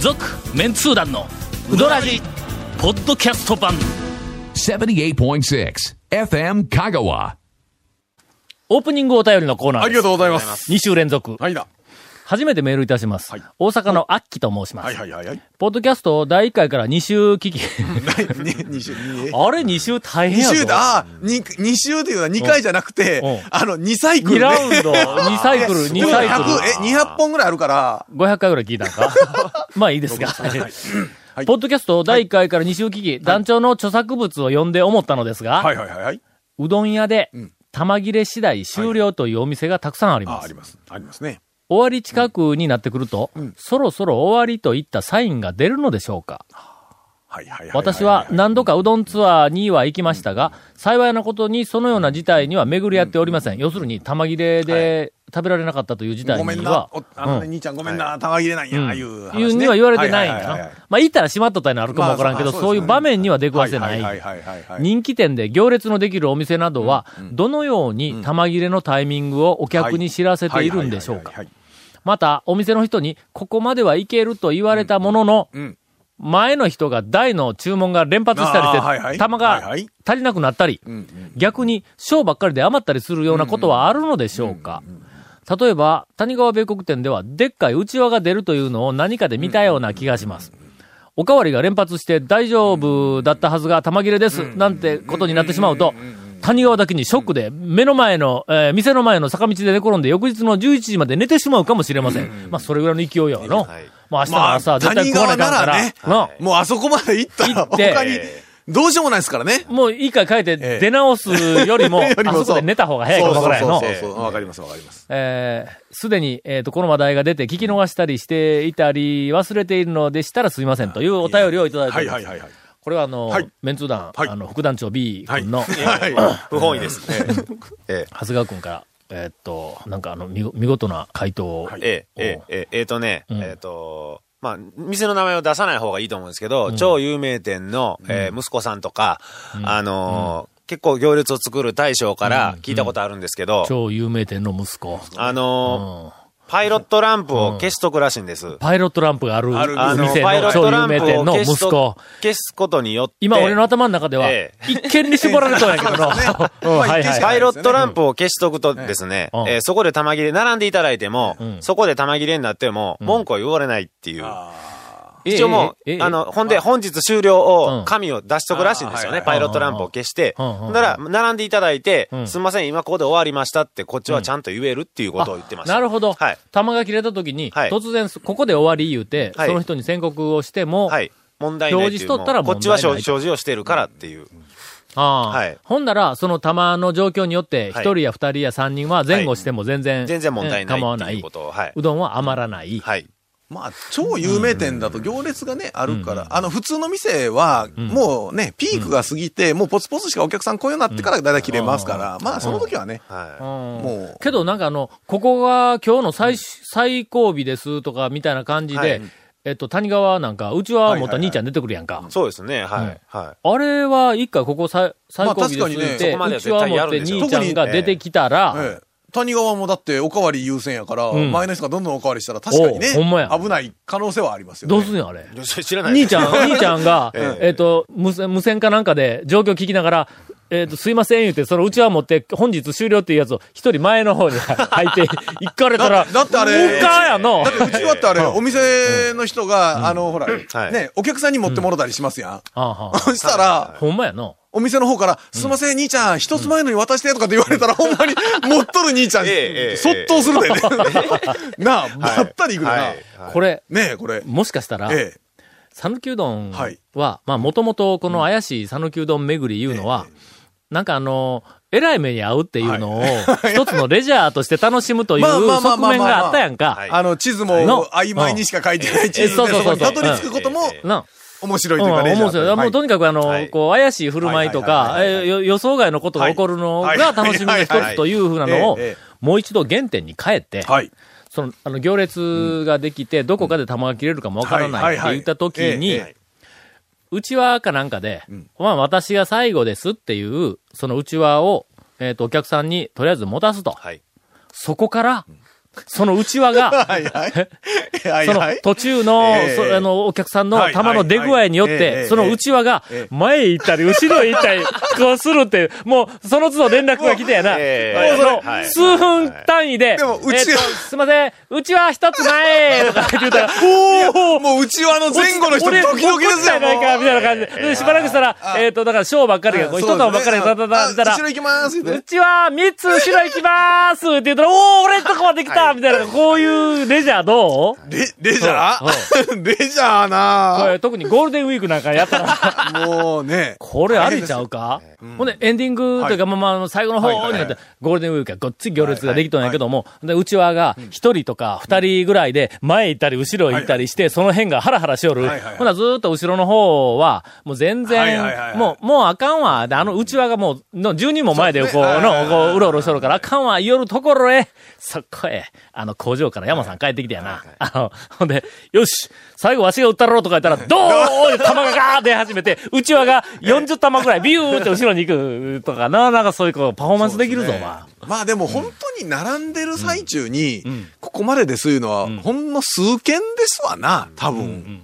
続メンツー団のウドラジポッドキャスト版78.6 FM Kagawa. オープニングお便りのコーナーありがとうございます。 2週連続、はいだ。初めてメールいたします、はい大阪のアッキと申します、はいはいはいはい。ポッドキャストを第1回から2週聞きに二週、にあれ2週大変二やぞ週だ、あーに二週というのは二回じゃなくてうんうん、あの、二サイク2ルね。ラウンド、2サイクル、で2もサイ100クえ、二百本ぐらいあるから、ル。500回ぐらい聞いたんか まあいいですが。はいポッドキャストを第1回から2週聞き、団長の著作物を読んで思ったのですが、はいはいはいはい。うどん屋で、玉切れ次第終了というお店がたくさんありあまー、あすり。ます。ありますね。終わり近くになってくると、そろそろ終わりといったサインが出るのでしょうかはいはいはいいい。私は何度かうどんツアーには行きましたが、幸いなことにそのような事態には巡り合っておりません。要するに玉切れで食べられなかったという事態ごめんになは、、おあのね、兄ちゃんごめんな、玉切れなんや、ああいう話ね。いうには言われてないんだはははなは。まあ、行ったら閉まっとったようなのあるかもわからんけど、まあそういう場面には出くわせなはいはいい。はいはいはい。人気店で行列のできるお店などは、どのように玉切れのタイミングをお客に知らせているんでしょうかはい。はいまた、お店の人に、ここまではいけると言われたものの、うんうん前の人が台の注文が連発したりして、あーはいはい玉はいがはい足りなくなったり、逆に、賞ばっかりで余ったりするようなことはあるのでしょうか。例えば、谷川米国店では、でっかい内輪が出るというのを何かで見たような気がします。おかわりが連発して大丈夫だったはずが玉切れです、なんてことになってしまうと、谷川だけにショックで、目の前の、えー店の前の坂道で寝転んで、翌日の11時まで寝てしまうかもしれません。まあ、それぐらいの勢いやわの。まあ、明日の朝、まあ絶対食わなあかんから、谷なはいもうあそこまで行ったら、行って他に、どうしようもないですからね。もう一回書いてええ出直すよりも、 よりあもそこで寝た方が早いかもそうぐらいのそう。そうそうわかりますわかります。えーすでに、えっ、と、この話題が出て聞き逃したりしていたり、忘れているのでしたらすみませんというお便りをいただいておはいります。はいはいはい。これはあの、はいメンツー団、はいあの、副団長 B 君の、はい。 不本意です。 え長谷川君から、えーっと、なんかあの、見ご見事な回答を。え、ええ、ええ、ええ、ええとね、んえっと、まあ、店の名前を出さない方がいいと思うんですけど、超有名店の、ええ息子さんとか、あのー、結構行列を作る大将から聞いたことあるんですけど、超有名店の息子。あうん。のー、パイロットランプを消しとくらしいんです。パイロットランプがあるあるあの、店パイロのット超ラ有ンプ名店をの消息しと子。消すことによって、今俺の頭の中では、ええ一見に絞られそうやけどの。うんまあはい一見しはかい。パイロットランプを消しとくとですね、うんえーそこで玉切れ、並んでいただいても、そこで玉切れになっても、文句は言われないっていう。一応もう、ええええあの、ほんで、本日終う了んを、紙を出しとくらしいんですよあね。ーパイロットランプを消して。うんうんほんなら、並んでいただいてう、んすみません、今ここで終わりましたって、こっちはちゃんと言えるっていうことを言ってました。なるほど。はい。玉が切れた時に、はい突然、ここで終わり言うて、はいその人に宣告をしても、はい。問題ないって表示いう。しとったらもうこっ問ち題なはい表示をしてるからっていう。ああはいほんなら、その玉の状況によって、一はい人や二人や三人は前後しても全然、全然問題ない構わっなていいう。こ。とを。はいうどんは余らない。はい。まあ、超有名店だと行列がね、あるから、あの、普通の店は、もうね、ピークが過ぎて、もうポツポツしかお客さん来ようになってからだいたい切れますから、まあ、その時はね、はい。もうけどなんかあの、ここが今日の最、最後尾ですとかみたいな感じで、はいえっと、谷川なんか、うちはもっはいはいたはい兄ちゃん出てくるやんか。そうですね。ははいい。はい。あれは一回ここ最、最後尾ですまあ確かにねって、そこまでうはちわ絶対持やってるんでしょう兄ちゃんが出てきたら、ええ谷川もだっておかわり優先やから、ん前の人がどんどんおかわりしたら、確かにね、おうほんまや危ない可能性はありますよね。どうすんのあれ。知らない です兄ちゃん、 兄ちゃんが、えっ、ええと無線、無線かなんかで状況聞きながら、えっ、と、すいません言うて、そのうちわ持って、本日終了っていうやつを一人前の方に 入って、行かれたら、だだってあれうかやの。だってうちはって あれ、お店の人が、あの、ほら、はいね、お客さんに持ってもろたりしますやん。ああはそしたら、あほんまやの。お店の方から、すいません、兄ちゃん、一つ前のに渡してとかって言われたら、ほんまに、持っとる兄ちゃん、ええええそっと するでね。なあ、ばったりいくでな。はい。はいこれ、ねえ、これ。もしかしたら、え讃岐うどんは、はいまあ、もともとこの怪しい讃岐うどん巡りいうのは、なんかあの、えらい目に遭うっていうのを、 一つのレジャーとして楽しむというまあまあま側あまあまあ面があったやんか。え。いあの、地図もの曖昧にしか書いてない地図で、うんそえそうそうそうこにたどり着くこともええな面白いというかね。うん、思うんですよ。はもういとにかくあの、はいこう、怪しい振る舞いとか、はいはいはいはいえよ予想外のことが起こるのがはい楽しみの一つというふうなのをはいはいはいはいえええ、もう一度原点に帰って、はい。その、あの、行列ができて、どこかで玉が切れるかもわからないって言った時はいはいにはいえええ、うちわかなんかで、まあ私が最後ですっていう、そのうちわを、えっ、と、お客さんにとりあえず持たすと。はい。そこから、その内輪が、 はいはい。はいそのはい。途中の、ええそあの、お客さんのはい球の出具合によっはいはいえて、えその内輪がええ、前へ行ったり、後ろへ行った り、こうするって、もう、その都度連絡が来てやな。えあえのはい数分単位で、でもうちはえっとすいません、うちは一つ前とか言うたら、 おおもう内輪の前後の人俺ドキドキで怒っすたよ。やないか、みたいな感じで。で、しばらくしたら、えっと、だから、ショーばっかりが、こう一玉ばっかりが、だだだだだあら後、ろ行きますってうちは三つ後ろ行きまーすって言ったら、おー、俺んとこまで来たみたいな、こういうレジャーどうレ、レジャー レジャーこなれ特にゴールデンウィークなんかやったら、 ぁもうね。これありちゃうか、ほんで、エンディングというか、まあまああの、最後の方になって、はいはいはゴールデンウィークがごっつい行列ができたんやけども、で、うちわが、一人とか二人ぐらいで、前行ったり後ろ行ったりして、その辺がハラハラしよる。はいはいはいほな、ずーっと後ろの方は、もう全然、はいはいはいはいもう、もうあかんわ。で、あの、うちわがもう、の、10人も前で、こう、そうですねはいはいの、はいこう、うろうろしとるから、あかんわ、夜ところへ、そこへ、あの、工場から山さん帰ってきてやな。あの、ほんで、よし、最後わしが打ったろうと か言ったら、ドーンって弾がガーって出始めて、うちわが40弾ぐらいビューって後ろに行くとかな、なんかそういうこう、パフォーマンスできるぞ、お前。まあでも本当に並んでる最中に、ここまでですいうのは、ほんの数件ですわな、多分。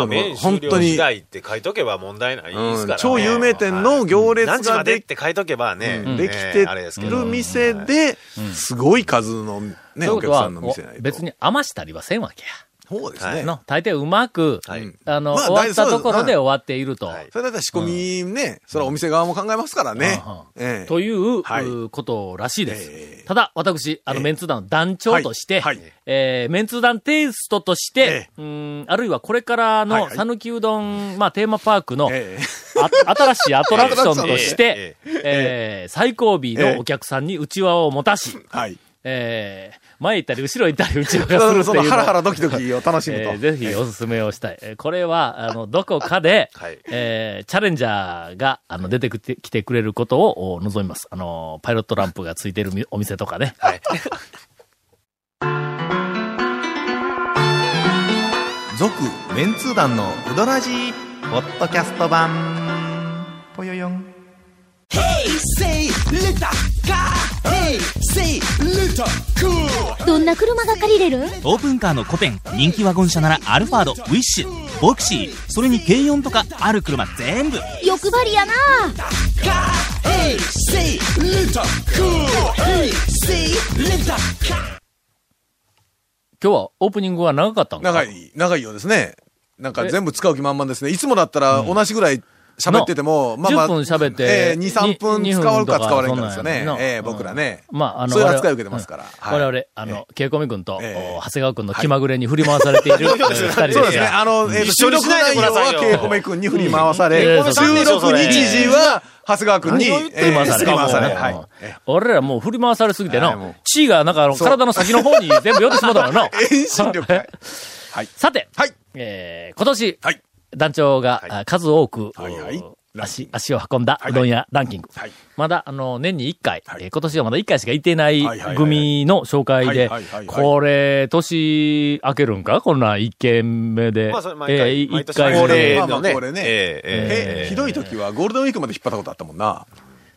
そあ、のメイン本終当了に次第って書いとけば問題ないですからうね、ん超有名店はいの行列何時がまででって書いとけばね、できてねあれですけどる店で、すごい数のね、というおこと客さはんの店ない、と。別。に余したりはせんわけそうですや。ね。の、大抵うまく、はいあの、まあ終わったところで終わっていると。はいそれだったら仕込みね、それはお店側も考えますからねうんうん。ええという、はいうことらしいです。ええただ、私、あの、ええメンツ団の団長として、はいはいえーメンツ団テイストとして、うーん、あるいはこれからはいのはい讃岐うどん、まあ、テーマパークの、ええあ新しいアトラクションと して、えー最後尾ええのお客さんに内輪を持たし、はい。えー前行ったり後ろ行ったり内輪そがするとのそいのうのをハ ラハラドキドキを楽しむえと。ーぜひおすすめをしたい。えーこれは、あの、どこか で、はいえーチャレンジャーが、あの、出てきてきてくれることをお望みます。あの、パイロットランプがついてるみお店とかね。はい続メンツー団のウドラジーポッドキャスト版ぽよよん say little car. Hey, say little cool. どんな車が借りれるオープンカーの古典人気ワゴン車ならアルファードウィッシュボクシーそれに軽4とかある車全部欲張りやな Hey, say little cool. Hey, say little. 今日はオープニングは長かったんか長。い、長いようですね。なんか全部使う気満々ですね。いつもだったら同じぐらい喋ってても、まあまあ。 10分喋ってえー2、3分に使われるか使われるかですそよねんなんや。もんなええ僕らね。まあ、あの、そういう我々扱いを受けてますからうんはい我々、あの、ケイコミ君と、ええお長谷川君の気まぐれに振り回されている、えー二人ですそうですね。が。あの、えーと一収緒に録しない内で容くださいよは、ケイコメ君に振り回さうれん、うん収録日時は、長谷川君に、何を言ってえ振り回ーされた振りも回され。うはい。俺らもう振り回されすぎてはいもなう、地位がなんかあの体の先の方に全部寄ってしまったからな。遠心力。はいさて、はいえー今年、はい団長が、あ数多く、はいはい足、足を運んだうどん屋ランキング。はいまだ、あの、年に1回、はいえー今年はまだ1回しか行ってないはいはいはい組の紹介ではいはいはいはい、これ、年明けるんかこんなん1軒目で。まあそれ毎回えー1毎年回恒目で例まあまあのね恒例ねえええええひどい時はゴールデンウィークまで引っ張ったことあったもんな。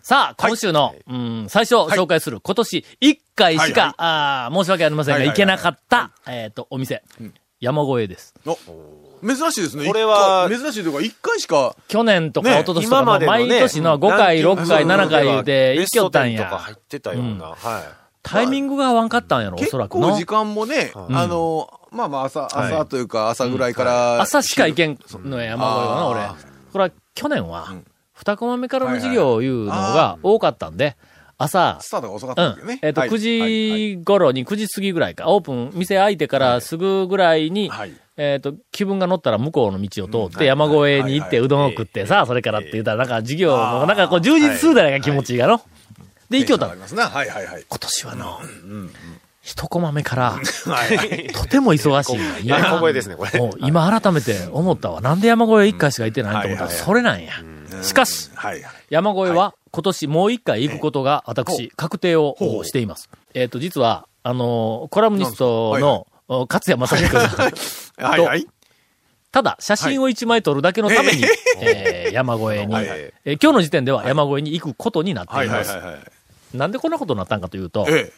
さあ、今週の、うん、最初紹介する、今年1回しか、はいはいあー申し訳ありませんが、はい行はいけはいなかった、えっ、と、お店、山越えです。お珍しいですね。これは一回珍しいというか、一回しか、去年とかね一昨年とか、今までのね毎年の5回、ランキ6ング回、の7回言うて、ベ行スきよトったん10とやか。入ってたような。はい。タイミングが合わんかったんやろ、お結そらく構の時。間もね、あの、まあまあ朝、い朝というか朝ぐらいから。朝しか行けんのや、山越えはな、俺あ。これは去年は、二コマ目からの授業いうのはいはいはいが多かったんで、朝、スタートが遅かっうたんだけどんね。。えっ、と、はい9時頃に、9時過ぎぐらいか、オープン、店開いてからすぐぐらいに、はいえっ、と、気分が乗ったら向こうの道を通って、山越えに行って、はうどんを食ってさ、それからって言ったら、なんか授業も、なんかこう、充実するじゃないか、気持ちがの。で、行きよったテンション上がりますなはいはいはい。今年はの、一コマ目 から、とても忙しいな。今山越えですねこれもう今改めて思ったわ。なんで山越え一回しか行ってないと思ったら、はいはいはいそれなんや。 しかし、はい。山越えは今年もう一回行くことが私、確定をほうしています。えっ、と、実は、あのー、コラムニストの、お勝谷正彦さん、はいはい。ただ、写真を一枚撮るだけのために、えー山越えに、はいはいえー今日の時点では山越えに行くことになってはいいはまいす。はいはい。なんでこんなことになったんかというと、え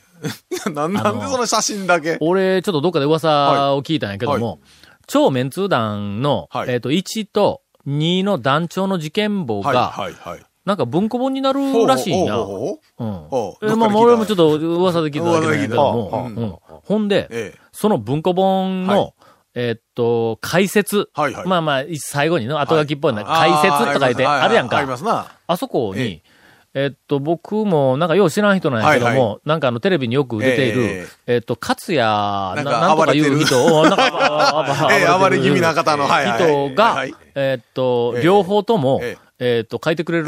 え。 なんなんでその写真だけ。俺、ちょっとどっかで噂を聞いたんやけども、は超メンツー団の、はいえっ、と、1と2の団長の事件簿が、はいはいはい。なんか文庫本になるらしいんや。ほうほうほうほううんほうえどっまあ、かで聞いた俺もちょっと噂で聞いただけなんやけども、噂で聞いうんほんで、ええその文庫本の、はえっと、解説。はいはいまあまあ、最後にの後書きっぽいな、解説とか書いてあーあるやんか。ありますな。あそこえに、えっと、僕も、なんか、よう知らん人なんやけども、はいはなんか、あの、テレビによく出ている、ええっと、勝也な、なんかなんとかいう暴れてる人 を、なんか あああええあ暴れ気味な方のはいはい人が、はいえっと、ええ両方とも、ええっと、書いてくれる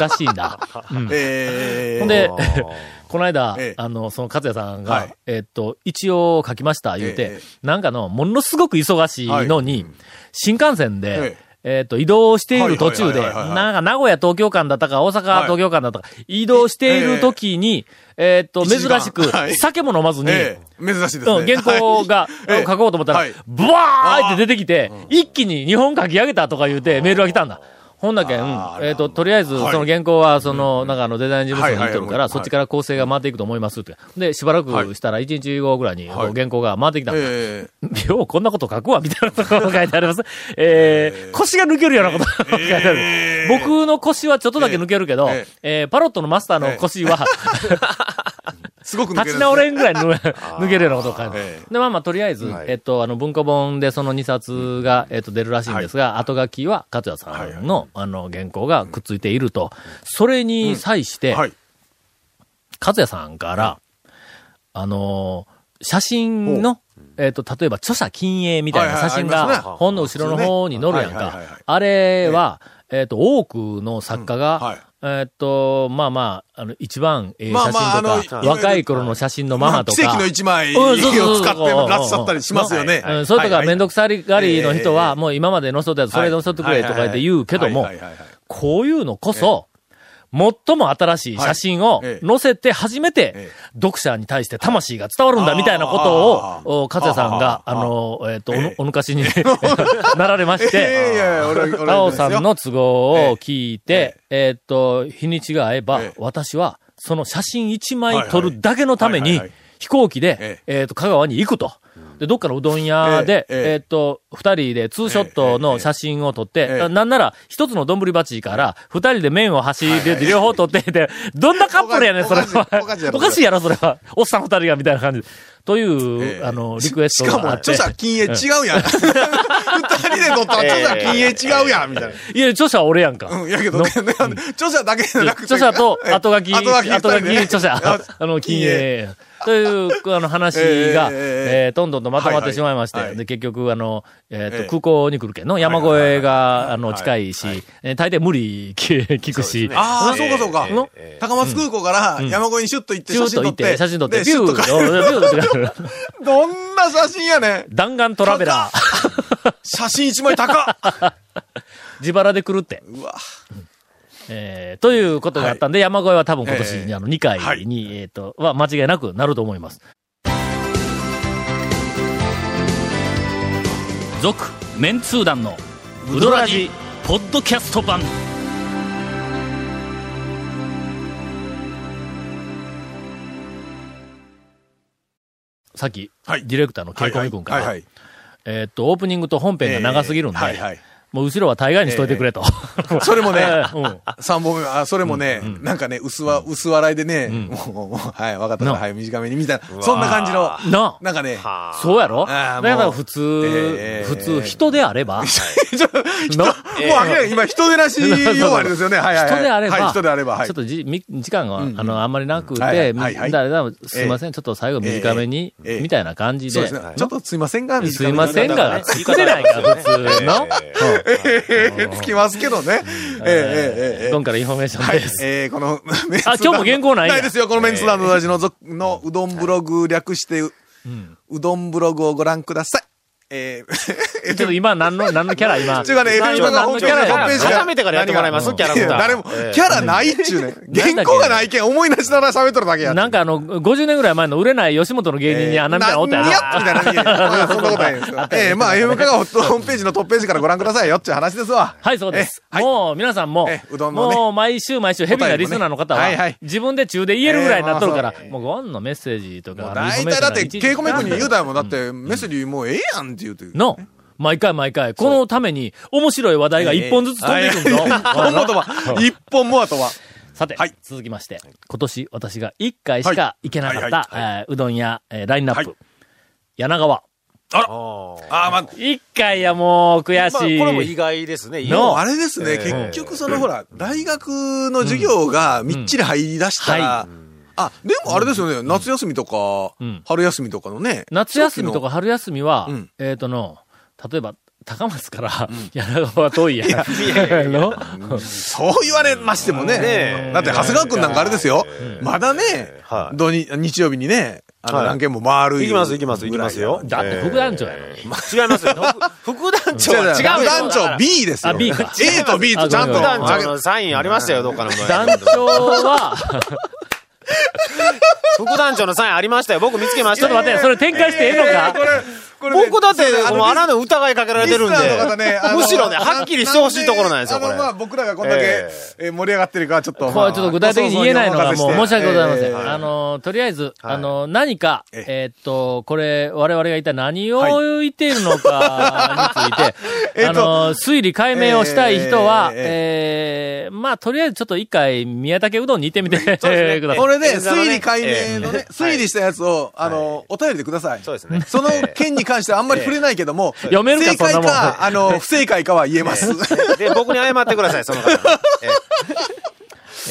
らしいん だ。うんええほんで、 この間、ええあの、その勝也さんが、はいえっと、一応書きました、言うて、えええなんかの、ものすごく忙しいのに、新幹線でえ、ええっと、移動している途中で、はいはいはいはいはいなんか名古屋東京間だったか、大阪はい東京間だったか、移動している時に、えっと、一時珍間しくはい、酒も飲まずに、ええ珍しいですうん、ね。原稿が、はいうん書こうと思ったら、はいブワーって出てきて、一気に日本書き上げたとか言うて、メールが来たんだ。ほんだけん、えっ、と、とりあえず、そはいの原稿は、その、なんかあの、デザイン事務所にはい行ってはいるかはら、いそっちから構成が回っていくと思いますって。で、しばらくしたら、1日後ぐらいに、はいこう原稿が回ってきたんだ。え よう、こんなこと書くわ、みたいなところが書いてあります。えー腰が抜けるようなことが書いてある。えー僕の腰はちょっとだけ抜けるけど、ええーーパロットのマスターの腰は、えすごく抜ける立ち直れんぐらい 抜抜けるよう なことを書いてえで、まあまあ、とりあえず、えっと、あの、文庫本でその2冊が、えっと、出るらしいんですが、後書きは、勝也さんの、あの、原稿がくっついていると。それに際して、はい。勝也さんから、あのー写真の、えっ、と、例えば著者禁影みたいなはいは写い真ありがますね本の後ろの方に載るやんはいはいはいはかい。あれは、えっ、と、多くの作家が、うんはいえっ、と、まあまあ、あの、一番ええまあ写まあ真とか、あの若い頃の写真のママとか。奇跡の一枚うをんそうそうそう使ってらっしゃったりしますよね。うん、それとか、めんどくさがりの人はいは、もう今まで載せたやつ、それ載せてくれとか言って言うけどもはい、はいはいはいこういうのこそ、最も新しい写真をはいええ載せて初めてえ、読者に対して魂が伝わるんだみたいなことを、お勝也さんが、あの、えっと、おぬええおぬかしに なられましいやいて、やいや、俺は、俺は青さんの都合を聞いて、えっと、日にちが合えばええ、私は、その写真一はい枚はい撮るだけのためはいにはいはい、飛行機でえ、えっと、香川に行くと。で、どっかのうどん屋で、えええええっと、二人でツーショットの写真を撮って、ええなんなら、一つの丼鉢から、二人で麺を端で両方取ってて、どんなカップルやねん、それはおかしいおかしいや。ろおかしいやろ、それは。おっさん二人が、みたいな感じで。といえう、えあの、リクエスしトかがも、あって。著者禁煙違うやん。 二人で撮ったら著者禁煙違うやん、みたいな。いや、著者は俺やんか。うん、やけどね、著者だけじゃなくて。著者と後書き、後書き後書き二人で著者、 あの、禁煙。という、あの、話が、えええーどんどんとまとまっはいはていしまいましはて、いで、結局、あの、えっえとえ、空港に来るけんの、山はい越はえいが、あの、近いし、えー大抵無理聞聞くし、ああ、そうかそうかの。高松空港から山越えにシュッと行ってシュ写ーと真撮行っ、ってて。写真撮って、でビシューュッとおビューって、 どんな写真やねん。弾丸トラベラー、写真一枚高 っ自腹で来るって。うわ。えーということがあったんで、山越えは多分今年に、ええあの、2回に、えっ、と、は間違いなくなると思います。続、メンツー団の、ウドラジ、ポッドキャスト版。さっき、はいディレクターのケイコミ君から、はいはいはいえっ、と、オープニングと本編が長すぎるんで、ええはいはいもう後ろは大概にしといてくれと。それもね、 うん3本目、あ、それもね、なんかね、薄わ、薄笑いでね、もう、もう、はい、わかったなから、はい、短めに、みたいな、そんな感じの、ななんかね、はそうやろだあかーもうら普通、えー普通、人であれば、ちょ 人なもう明らかに今、人出な しようあれですよね、はいはいはい。人であれば、はい、人であれば、はい。ちょっとじみ時間が、うんあの、あんまりなくて、はいはいみはいはいだからすいません、ちょっと最後短めに、ええええみたいな感じで。そうですね、ちょっとすいませんが、すいません短が、つくれないから、普通の。め にえーつきますけどね。えーえーえーえードンからインフォメーションはいです。えーこの、メンツあ今日も原稿ないんやないですよ、このメンツ団のラジのぞのうどんブログ略して、うどんブログをご覧ください。えーえちょっと今何の、何のキャラ今。ちゅうかね、エビ何ルのマが何ホのームキペャーラジやホームページ改めてからやってもらいます何がキャラクターいや誰もええ、キャラ ないっちゅうね。原稿がないけん、思い出しながら喋っとるだけや。なんかあの、50年ぐらい前の売れない吉本の芸人に穴みたいなのおったやなろんやみたいな感じで。 まあ、そんなことないですけど。 ええ、まあ、FM カがホームページのトップページからご覧くださいよっていう話ですわ。はい、そうです。えはいもう、皆さんも、えうどんのねもう、毎週毎週ヘビーなリスナーの方は、答えもねはいはい自分で中で言えるぐらいになっとるから、えーまあそもうう、ゴンのメッセージとか、大体だって、稽古めくに言うだたらもうだって、メッセージもうええやんって言うて。の、毎回毎回、このために、面白い話題が一本ずつ飛んでいくんぞ。本もとは、 一本もあとは。 さて、はい続きまして、今年私が1回しか行けなかった、はいえーうどん屋、えーラインナップ、は柳川。ああ、まあ、 1回やもう、悔まあ、こしい。れも意外ですね。のあれですね、ええ結局そのほら、大学の授業がみっちり入り出したら、あ、でもあれですよね、夏休みとかうん、春休みとかのね。夏休みとか春休みは、うんえっ、との、例えば、高松から、柳川は遠いやん。のそう言われましてもね。ねえだって、長谷川くんなんかあれですよ。まだね、はい土日日曜日にね、あの、はい何件も回る行きます行きます行きますよだって副団長やのに。 違いますよ。副副団長違うは違う違う。よ団長 B ですよ。あ B か A と B とちゃんと。あごめんごめん副団あ長げのサインありましたよ、どっかの前団長 は、副団長のサインありましたよ。僕見つけましちょたっと待って、それ展開してええのか、これね僕だって、あのこのあらぬ疑いかけられてるんでリスナーの方ね、あ、のむしろね、はっきりしてほしいところなんですよ、これあの、。まあ、僕らがこんだけ、ええー盛り上がってるか、ちょっと。これちょっと具体的に言えないのがもう申し訳ございません。ああの、の、とりあえず、あの、何か、ええーっと、これ、我々が一体何を言っているのかについて、え ーあっとの、推理解明をしたい人は、ええーーまあ、とりあえずちょっと一回、宮武うどんに行ってみてくだそうですねさい。これで、演座のね推理解明のね、推理したやつを、あの、お便りでください。そうですねその件に関してはあんまり触れないけ ども、読めるか正解そんなもんか、あの、不正解かは言えます。で、僕に謝ってください、その方。え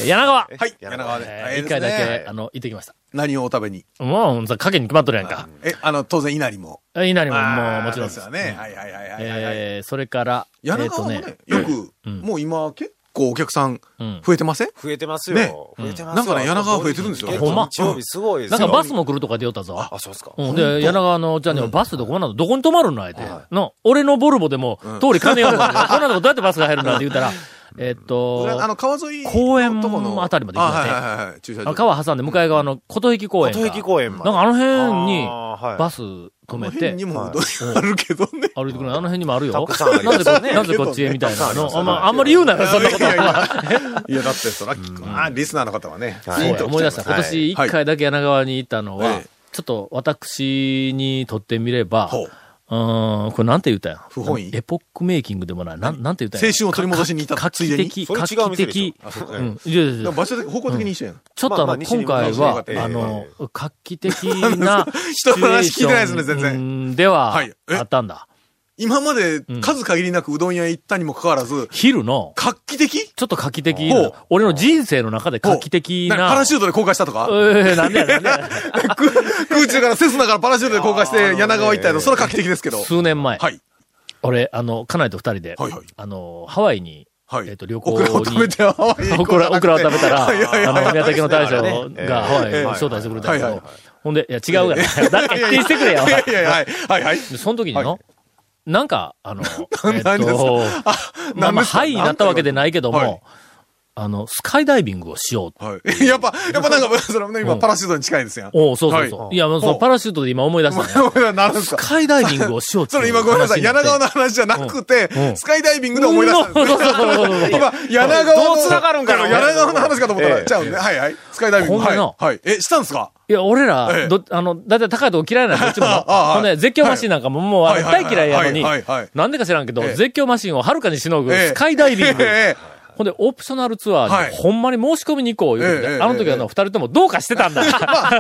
柳川、 はい、柳川で。ええーー一回だですねけ、あの、行ってきました。何をお食べにもう、さ影に決まっとるやんか。え、あの、当然、稲荷も。稲荷も、あもう、ーもちろんでですす。よね。はいはいはいはいはいはい。えーそれから、え柳ー川ともねね、、よく、もう今、結構お客さんうん、増えてません増えてますよ。ね増えてますよ。なんかね、柳川増えてるんですよ。結ほんま構日曜日すごいですなよんかバスも来るとか出よったぞ。あ、そうですか。うん、で、柳川のおっちゃんにはバスでこんなの、どこに止まるんのあえて。の、俺のボルボで も、通り金やるから、こんなとこどうやってバスが入るんだって言ったら、えっと、あの、川沿いの公園とこのあたりまで行きましたねあはいはいはいはい。駐車あ場。の川挟んで向かい側の琴壁公園か。琴壁公園までなんかあの辺にあーはい、バス止めのて辺に、もうどん屋あるけどね。歩いてくるのあの辺にもあるよ。たくさんありなまぜすこね、なぜこっちへみたいなたくさんありまの。すあんま、あんまり言うなよ、そんなこといやいは。 やいや、だって、そら、あリスナーの方はね、はそういピンやと思い来出てした。ま今年一回だけ柳川に行ったのはええ、ちょっと私にとってみれば、ほううーん、これなんて言ったんや不本意エポックメイキングでもない。なん、なんて言ったんや青春を取り戻しに行ったかついでに画期的、それ画違う期店でし的ょ。あそうかうん。いやいやいやでも場所的、方向的に一緒やん。ちょっとあまの、あまあ西今日回本のは方、があのえ、画期的 な人の話聞いてないですね全然然。でははい、えあったんだ。今まで数限りなくうどん屋行ったにもかかわらず、昼の、画期的ちょっと画期的ほなう、俺の人生の中で画期的ほうパなラ、シュートで降下し たとかえーなんで やなんでや空空中からセスナからパラシュートで降下して柳川行ったやつ、それは画期的ですけど。は数年前、い。俺、あの、家内と二人ではいはい、あの、ハワイに、はい。えっと旅行オクラを食 べて、ハ ワイ行オこクうじゃラ、なオくてクラを食べたら、 いやいやあの、宮崎の大将そうですねがハワイえにえ招待してくれたんやはいけはど、ほんで、いや、違うがな。 誰か否定してくれよ。いやいやいや、はい、はい、はい。でその時にの、なんか、あ の、えっ何ですと、まあ何まあ、ですかはいになったわけでないけどはもい、あの、スカイダイビングをしよう。はい。やっぱ、やっぱなんか、それもね、今、うんパラシュートに近いですやん。おうそうそうそう。いや、もうそのパラシュートで今思い出 したね。何ですスかカイダイビングをしようって そいうれ今ごめんなさい。話に柳って川の話じゃなくてうんうん、スカイダイビングで思い出したんですねうんそうそうそうそうそう今、柳川の。どう繋がるんかな柳川の話かと思ったえら、えちゃうんね。はいはい。スカイダイビング。ほんまはい。なはい。え、したんですかいや、俺えら、えど、あの、だいたい高いとこ嫌いなんで、 うちも。ああほんで、絶叫マシンなんかももう、あはいの、はいはい大嫌いやのにはいはいはい、なんでか知らんけど、ええ絶叫マシンをはるかにしのぐ、ええスカイダイビングえ。えほんで、オプショナルツアーはに、いほんまに申し込みに行こう、言うてえええて、えあの時はえの、え二人ともどうかしてたんだ。あ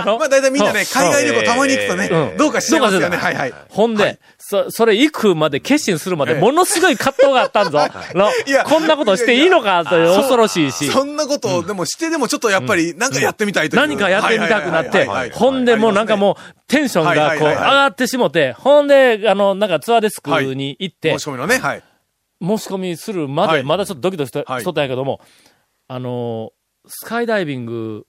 の まあ大体みんなね、そう海外旅行たまに行くとねう、んどうかしてますよどね。うかはいはい。ほんで、そ、それ行くまで、決心するまで、ええものすごい葛藤があったんぞ。の いやこんなことしていいのか、という恐ろしいし。そんなことを、でもしてでもちょっとやっぱり、なんかやってみたいという何かやってみたくなっはていはいはいはい、ほんでもうなんかもうテンションがこう上がってしもて、ほんで、あの、なんかツアーデスクに行って申、し込みのね、はい。申し込みするまはで、いまだちょっとドキドキしとはいしとったんやけども、あのー、スカイダイビング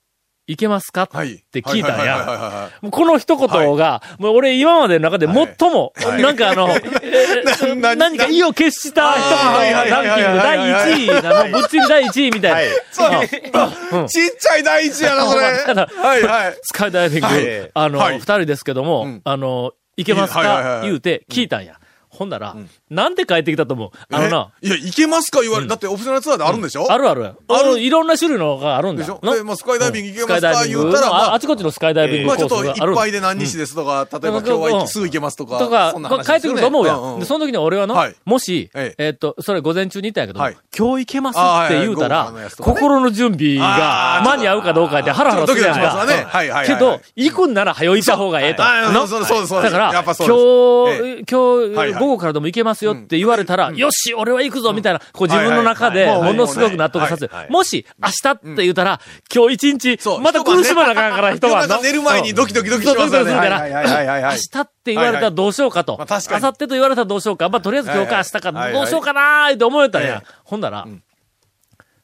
いけますかはい。って聞いたんはいはいはいや。はいはいもうこの一言が、もう俺今までの中で最も、なんかあの、えー なな何か意を決した一言ランキング第1位なの、ぶっちぎり第1位みたいな。はいちっちゃい第一やな、それ。ただはいはい。スカイダイビング、はいあの、二、はい人ですけども、うんあの、行けますか、いやはいはいはい言うて聞いたんや。ほんなら、なんで帰ってきたと思うあのな、えいや、いけますか言われ、だってオプショナルツアーであるんでしょあるある。ああるの、いろんな種類のがあるんだでしょのでまあスカイダイビングうん行けますかスカイダイビング言うたらのまあああちこちのスカイダイビングまコあちょースっと、いがあるっぱいで何日ですとか、例えばうん今日はう行んきすぐ行けますとか、とかそん、なこ話う帰ってくると思うやん。ですよねんでその時に俺はの、はいもし、ええっと、それ午前中に行ったんやけど、はい今日行けますあーって言うたら、はいはい豪華なやつとかね心の準備があー間に合うかどうかでハラハラするやんちょっとドキドキしますわねはいはいか。けはいど、行くんなら早行った方がええと。ああ、そうですそうですそうだです。から、今やっぱ日、そうですええは今い日、はい午後からでも行けますよって言われたら、よし、俺は行くぞみたいな、こう自分の中で、はいはいもはいのすごく納得させるはいは。いもし、明日って言ったら、今日一そ日、うまた苦しまなあかん から、一晩の。夜中寝る前にドキドキドキしますよね。そうはドキドキするかいらはいはいはいは明い。日って言われたらどうしようかと。まあ確かに明後日と言われたらどうしようか。まあ、とりあえず今日か明日はいはか、いどうしようかなーって思えたんはいはやい。ほんなら、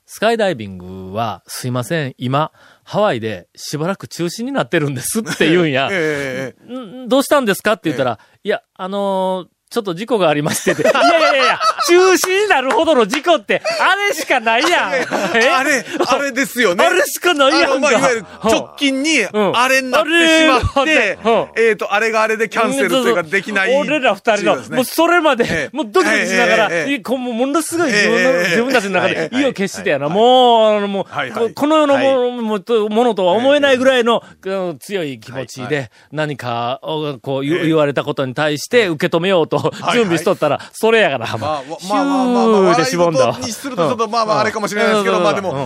スカイダイビングは、すいません、今、ハワイでしばらく中止になってるんですって言うんや。 ええんどうしたんですかって言ったら、いや、あのーちょっと事故がありましてて。いやいやいやいや、中止になるほどの事故って、あれしかないやん。えええあれ、あれですよね。あれしかないやあのんか。まあ、いわゆる直近に、あれになってしまあってれうん、えっと、あれがあれでキャンセルというかできない。そうそう俺ら二人の、ですねもうそれまで、ええもうドキドキしながら、ええええいこうもうものすごい自分の、ええええ自分たちの中はでいはい意を決してやな、もう、あのもう、はいはこいこの世のも,、はもとものとは思えないぐらいの、うん強い気持ちで、何かをこう、言う言われたことに対して受け止めようと、準備しとったら、それやから、まあ、シュまあまあまあ、まあ、ーでしぼんだわ笑い事にするとちょっとまあまああれかもしれないですけど、うんまあでも、う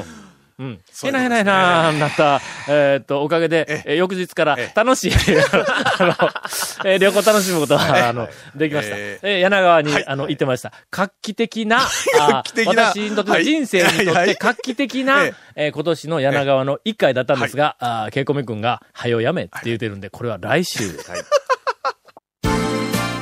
んうん。えらいえらいなあなった、えーっと、おかげで、え翌日から楽 しい、あの、えー旅行楽しむことが、あの、できました。ええー柳川に、あの、行ってました。画期的 な、あ期的な私にとって、はい人生にとっはいはてい画期的な、えええー今年の柳川の一回だったんですが、あーケイコメ君が、はよやめって言ってるんで、これは来週。